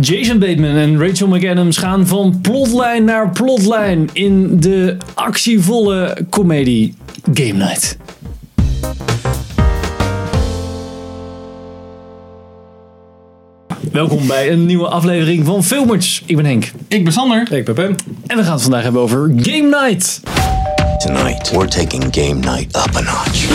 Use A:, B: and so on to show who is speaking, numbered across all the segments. A: Jason Bateman en Rachel McAdams gaan van plotlijn naar plotlijn in de actievolle comedie Game Night. Welkom bij een nieuwe aflevering van Filmers. Ik ben Henk.
B: Ik ben Sander.
C: Ik ben Pim.
A: En we gaan het vandaag hebben over Game Night.
D: Tonight, we're taking game night up a notch.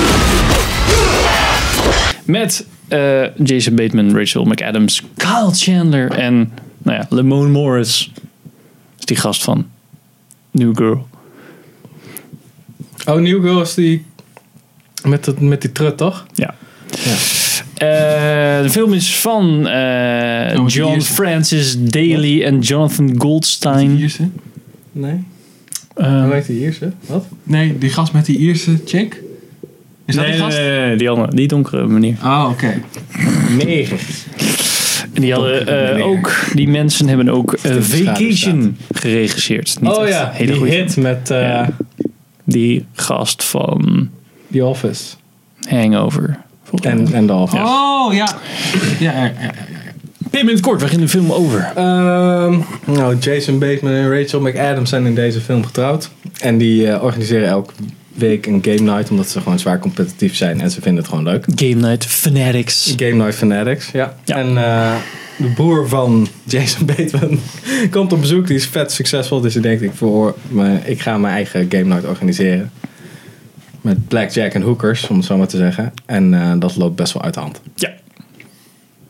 A: Met eh, Jason Bateman, Rachel McAdams, Kyle Chandler en nou ja, Lamone Morris. is die gast van New Girl.
C: Oh, New Girl is die... Met, dat, met die trut, toch?
A: Ja. Eh, de film is van eh,
B: Oh, die
A: John
B: eerste.
A: Francis Daly en Jonathan Goldstein.
B: Ierse?
C: Nee.
A: Eh,
C: Hoe heet die Ierse? Wat?
B: Ehm. Nee, die gast met die Ierse chick. Is dat
A: nee,
B: die gast?
A: nee, nee, nee, die andere, die donkere meneer.
B: Ah, oké.
C: Neger.
A: En die hadden eh,
C: meneer.
A: ook, die mensen hebben ook eh,
C: in de schaduw
A: Vacation geregisseerd. Niet
C: Oh
A: echt
C: ja,
A: een hele
C: die
A: goeie
C: hit
A: film.
C: met eh
A: Ja. Die gast van
C: The Office.
A: Hangover. volgens mij.
C: En, en The Office.
B: Oh, ja. Ja, ja, ja, ja.
A: Pim in het kort, waar ging de film over?
C: Ehm, nou, Jason Bateman en Rachel McAdams zijn in deze film getrouwd. En die eh, organiseren elke week een game night, omdat ze gewoon zwaar competitief zijn en ze vinden het gewoon leuk.
A: Game Night Fanatics.
C: Game Night Fanatics, ja.
A: Ja.
C: En eh, de broer van Jason Bateman komt op bezoek. Die is vet succesvol, dus hij denkt, ik, voor me, ik ga mijn eigen Game Night organiseren. Met blackjack en hookers, om het zo maar te zeggen. En eh, dat loopt best wel uit de hand.
A: Ja.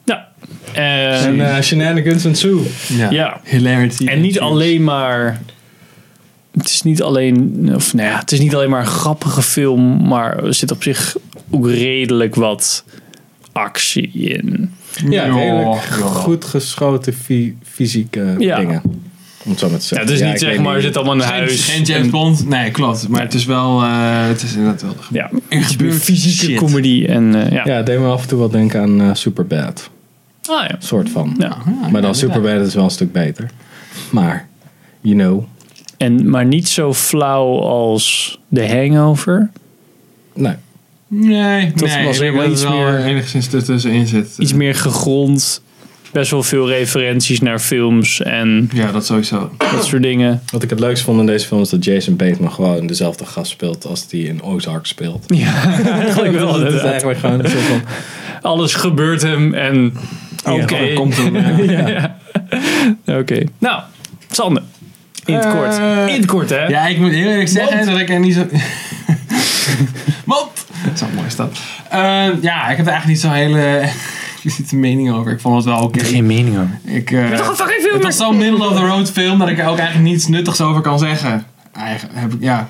A: Ja. Eh,
C: En eh shenanigans en Sue.
B: ja.
A: Ja.
B: Hilarity.
A: en niet alleen maar. Het is niet alleen. Of nou ja, het is niet alleen maar een grappige film. Maar er zit op zich ook redelijk wat actie in.
C: Ja,
B: Ja,
C: redelijk
B: ja.
C: goed geschoten fi- fysieke
A: Ja.
C: dingen. Om het zo maar te
A: Ja,
C: zeggen.
A: het is niet
C: ik
A: zeg
C: weet
A: maar, er
C: niet.
A: zit allemaal een
B: Geen,
A: huis.
B: geen James
A: en-
B: Bond. Nee, klopt. Maar het is wel... eh, het is inderdaad wel...
A: Ja,
B: Er
A: het is meer
B: gebeurt
A: fysieke
B: shit.
A: comedy. En, eh, ja.
C: Ja, het deed me af en toe wel denken aan eh, Superbad.
A: Ah, ja.
C: Soort van.
A: Ja.
C: Maar dan
B: inderdaad.
C: Superbad is wel een stuk beter. Maar, you know.
A: En, maar niet zo flauw als The Hangover.
C: Nee.
B: Nee,
A: Dat
B: nee.
A: was
B: ik denk
A: wel
B: dat
A: iets
B: het wel
A: meer-
B: enigszins ertussenin zit.
A: Iets meer gegrond. Best wel veel referenties naar films en
B: Ja, dat sowieso.
A: dat soort dingen.
C: Wat ik het leukst vond in deze film is dat Jason Bateman gewoon dezelfde gast speelt als die in Ozark speelt.
A: Ja, eigenlijk wel.
C: dat is
A: inderdaad.
B: eh,
C: eigenlijk gewoon een soort van...
A: Alles gebeurt hem en. Oké.
B: Ja, komt eh. hem. ja.
A: Oké. Nou, Sander. In het kort.
B: Eh,
A: In het kort, hè?
B: Ja, ik moet heel eerlijk zeggen
A: Want-
B: dat ik er niet zo... Want... Zo mooi is dat. Eh, ja, ik heb er eigenlijk niet zo'n hele expliciete mening over. Ik vond het wel oké.
A: mening over.
B: Ik, eh,
A: Toch een fucking
B: het
A: film?
B: was zo'n middle of the road film dat ik er ook eigenlijk niets nuttigs over kan zeggen. Eigenlijk heb ik, ja...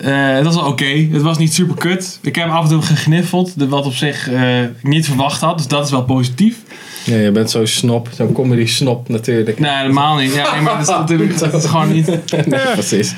B: Eh, het was wel oké. Het was niet super kut. Ik heb af en toe gegniffeld, wat op zich eh, ik niet verwacht had. Dus dat is wel positief.
C: Ja, je bent zo'n snop, zo'n comedy snop natuurlijk.
B: Nee, helemaal niet. Ja, nee, maar dat is natuurlijk dat is gewoon niet...
C: Nee, precies.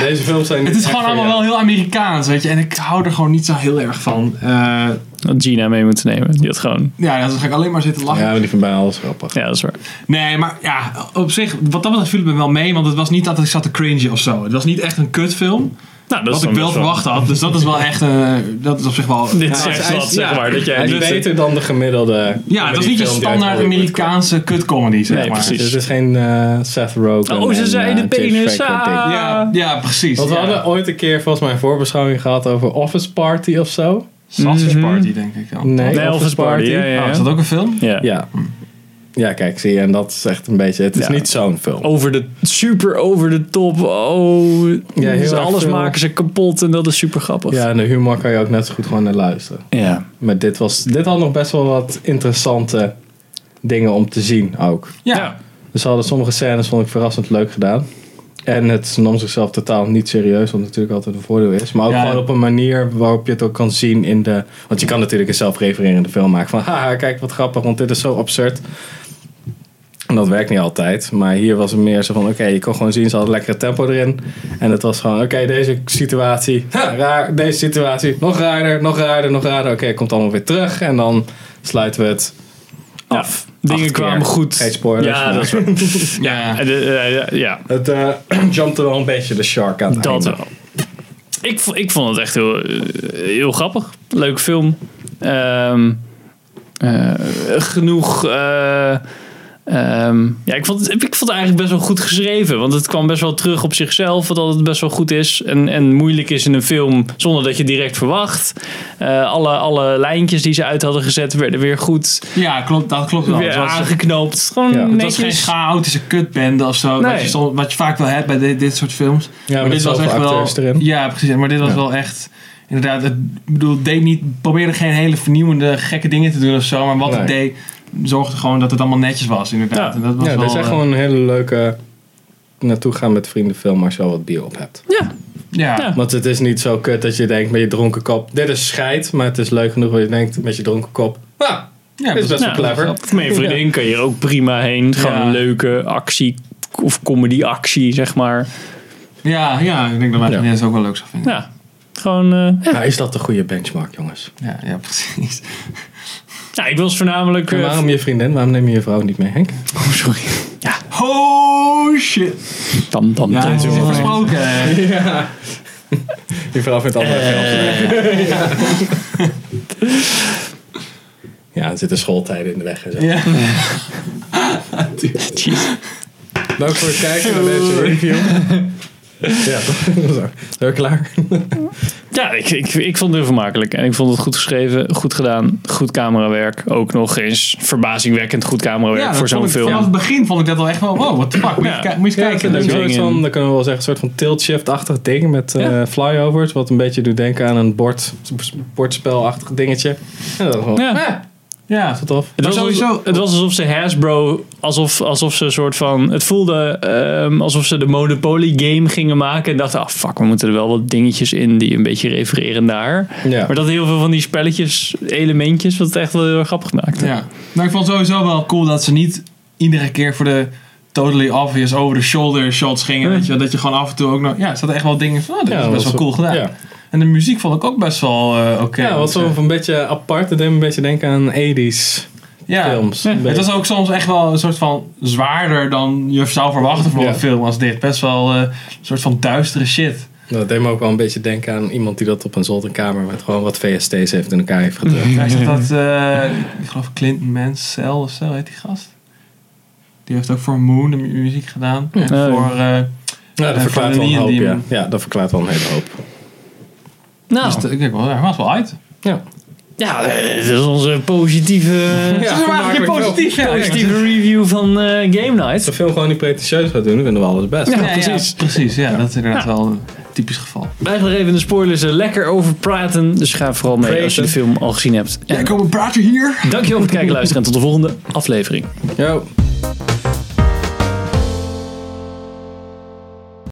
C: Deze films zijn
B: Het
C: niet
B: is
C: echt
B: gewoon
C: voor
B: allemaal wel
C: jou.
B: heel Amerikaans, weet je. En ik hou er gewoon niet zo heel erg van. Eh,
A: Had Gina mee moeten nemen. Die had gewoon.
B: ja, dan ga ik alleen maar zitten lachen.
C: Ja, maar die van bij alles grappig.
A: Ja, dat is waar. Nou,
B: Nee, maar ja, op zich, wat dat betreft viel het me wel mee. Want het was niet dat ik zat te cringen of zo. Het was niet echt een kutfilm.
A: Nou, dat is
B: Wat
A: dan
B: ik wel
A: best
B: verwacht had. Dus dat is wel echt, eh, dat is op zich wel...
A: Dit is
B: ja,
A: echt
C: hij is-
A: wat, zeg
C: ja.
A: maar. Dat jij
C: Hij is
A: dus-
C: beter dan de gemiddelde
B: ja, het was niet je
C: comedyfilm die
B: standaard
C: uit Hollywood
B: Amerikaanse kutcomedy, zeg
A: Nee,
B: maar.
A: precies.
C: komt. Dus het is geen eh, Seth Rogen
A: Oh, ze
C: en,
A: zei
C: eh,
A: de
C: James
A: penis,
C: Franco
A: ah.
C: ding.
B: Ja, ja, precies.
C: Want we
B: ja.
C: hadden ooit een keer volgens mij een voorbeschouwing gehad over Office Party of zo.
B: Sausage Party, denk ik dan.
C: Nee,
A: Nee, Elvis Party. Ja, ja,
B: Oh,
A: ja.
B: is dat ook een film?
A: Ja.
C: Ja. Ja, kijk, zie je, en dat is echt een beetje... Het is
A: Ja. Oh.
C: niet zo'n film.
A: Over de, super over de top. Oh,
C: Ja, heel
A: ze
C: erg
A: alles
C: veel.
A: maken ze kapot en dat is super grappig.
C: Ja, en de humor kan je ook net zo goed gewoon naar luisteren.
A: ja.
C: Maar dit, was, dit had nog best wel wat interessante dingen om te zien ook.
B: Ja.
C: Dus ze hadden sommige scènes, vond ik verrassend leuk gedaan. En het nam zichzelf totaal niet serieus, wat natuurlijk altijd een voordeel is. Maar ook
B: Ja.
C: gewoon op een manier waarop je het ook kan zien in de... Want je kan natuurlijk een zelfrefererende film maken van... Haha, kijk wat grappig, want dit is zo absurd. En dat werkt niet altijd. Maar hier was het meer zo van... Oké, je kon gewoon zien, ze hadden lekkere tempo erin. En het was gewoon... Oké, deze situatie, ha, raar. Deze situatie, nog raarder, nog raarder, nog raarder. Oké, het komt allemaal weer terug. En dan sluiten we het af.
A: Dingen
C: Acht keer.
A: kwamen goed.
C: Geen spoilers,
A: Ja,
C: maar-
A: dat is waar.
B: Ja.
A: Eh, de- eh, ja.
C: Het eh jumpte wel een beetje de shark aan het
A: Dat
C: einde.
A: wel. Ik, vo- ik vond het echt heel, eh, heel grappig. Leuke film. Ehm, eh, genoeg eh, Ehm, ja, ik vond, het- ik vond het eigenlijk best wel goed geschreven. Want het kwam best wel terug op zichzelf. Dat het best wel goed is en, en moeilijk is in een film zonder dat je direct verwacht. Eh, alle, alle lijntjes die ze uit hadden gezet werden weer goed
B: Ja, klopt, Nou, dat klopt wel.
A: weer
B: Het was,
A: aangeknoopt. Gewoon
C: Ja. Het was
B: het was geen
A: netjes.
B: chaotische kutbende of zo.
A: Nee.
B: Wat, je soms- wat je vaak wel hebt bij dit, dit soort films.
C: Ja, met zoveel acteurs
B: wel.
C: erin.
B: Ja, precies. Maar dit was
C: Ja.
B: wel echt. Inderdaad, het ik bedoel, deed niet, probeerde geen hele vernieuwende gekke dingen te doen of zo. Maar wat het deed, zorgde gewoon dat het allemaal netjes was.
A: Ja.
B: Inderdaad. En dat was
C: Ja,
B: wel,
C: dit zijn
B: eh,
C: gewoon een hele leuke naartoe gaan met vriendenfilm als je al wat bier op hebt.
A: Ja,
B: Ja.
A: Ja.
C: Want het is niet zo kut dat je denkt met je dronken kop, dit is scheid, maar het is leuk genoeg dat je denkt met je dronken kop, ah,
B: Ja,
C: dit is best wel
A: Ja.
C: clever.
A: met je vriendin kan je er ook prima heen. Gewoon
B: Ja.
A: een leuke actie of comedy actie, zeg maar.
B: Ja, ja, ik denk dat mijn
C: Ja.
B: vriendin het ook wel leuk zou vinden.
A: Ja, gewoon... eh, ja.
C: Nou, is dat de goede benchmark, jongens?
B: Ja, ja, precies.
A: Nou, ik was voornamelijk...
C: En
A: eh,
C: waarom je vriendin? Waarom neem je je vrouw niet mee, Henk?
A: oh, sorry.
B: Oh shit!
A: Tam, tam,
B: Ja,
A: tam.
B: het is
C: oh.
B: versproken.
C: Je vrouw vindt altijd Ja, er zitten schooltijden in de weg en zo.
B: Ja.
C: Dank voor het kijken naar deze review. ja, toch? Zo. Zijn we klaar?
A: Ja, ik, ik, ik vond het heel vermakelijk. En ik vond het goed geschreven, goed gedaan, goed camerawerk. Ook nog eens verbazingwekkend goed camerawerk
B: dat
A: voor
B: vond
A: zo'n
B: ik-
A: film.
B: Vanaf het begin vond ik dat wel echt wel, wow, what the fuck, moet je
A: Ja.
B: ki- moet je eens kijken.
A: leuk
C: een
A: ding
C: soort
A: in.
C: van, dan kunnen we wel zeggen, een soort van tilt-shift-achtig ding met eh,
A: Ja.
C: flyovers. Wat een beetje doet denken aan een bord, bordspelachtig dingetje. En dat is wel
A: Ja.
B: Ja,
C: heel tof.
A: Het
B: Maar
A: was, alsof,
B: sowieso-
A: het was alsof ze Hasbro, alsof, alsof ze een soort van. Het voelde ehm, alsof ze de Monopoly game gingen maken. En dachten, ah fuck, we moeten er wel wat dingetjes in die een beetje refereren naar.
C: Ja.
A: Maar dat heel veel van die spelletjes, elementjes, wat het echt wel heel erg grappig maakte.
B: ja. Maar ik vond het sowieso wel cool dat ze niet iedere keer voor de totally obvious over the shoulder shots gingen.
A: Ja.
B: Weet je, wel. dat je gewoon af en toe ook nog, ja, er zaten echt wel dingen van, oh, dit
C: Ja,
B: is best
C: was
B: wel cool gedaan.
C: Ja,
B: En de muziek vond ik ook best wel eh, oké.
C: ja wat zo een beetje apart. Dat deed me een beetje denken aan 80s
B: Ja.
C: films.
A: Ja.
C: Een
B: Het
C: beetje.
B: was ook soms echt wel een soort van zwaarder dan je zou verwachten voor
C: Ja.
B: een film als dit. Best wel eh, een soort van duistere shit.
C: Dat deed me ook wel een beetje denken aan iemand die dat op een zolderkamer met gewoon wat VST's heeft in elkaar heeft gedrukt.
B: Hij zegt dat, eh, ik geloof Clinton Mansell of zo heet die gast. Die heeft ook voor Moon de mu- muziek gedaan. En
A: Nee.
B: voor, eh,
C: Ja, dat
B: En
C: verklaart wel
B: van
C: een
B: die en
C: hoop,
B: die
C: ja.
B: man.
C: ja. Dat verklaart wel een hele hoop.
A: Nou,
B: dus dat- ik denk wel, hij was wel uit.
C: Ja.
A: ja, eh, dat is onze positieve,
C: Ja,
B: Ze waren geen
C: vermakelijk
B: positief. Ja,
A: positieve review van eh, Game Night.
C: Als de film gewoon niet pretentieus gaat doen, dan vinden we alles best.
A: Ja.
B: Ja, precies.
A: precies.
B: Ja, precies, ja, dat is inderdaad wel een typisch geval.
A: Wij gaan er even in de spoilers eh, lekker over praten. Dus ga vooral mee als je de film al gezien hebt. En
B: kom een praatje hier.
A: dankjewel voor het kijken, luisteren en tot de volgende aflevering.
C: Yo.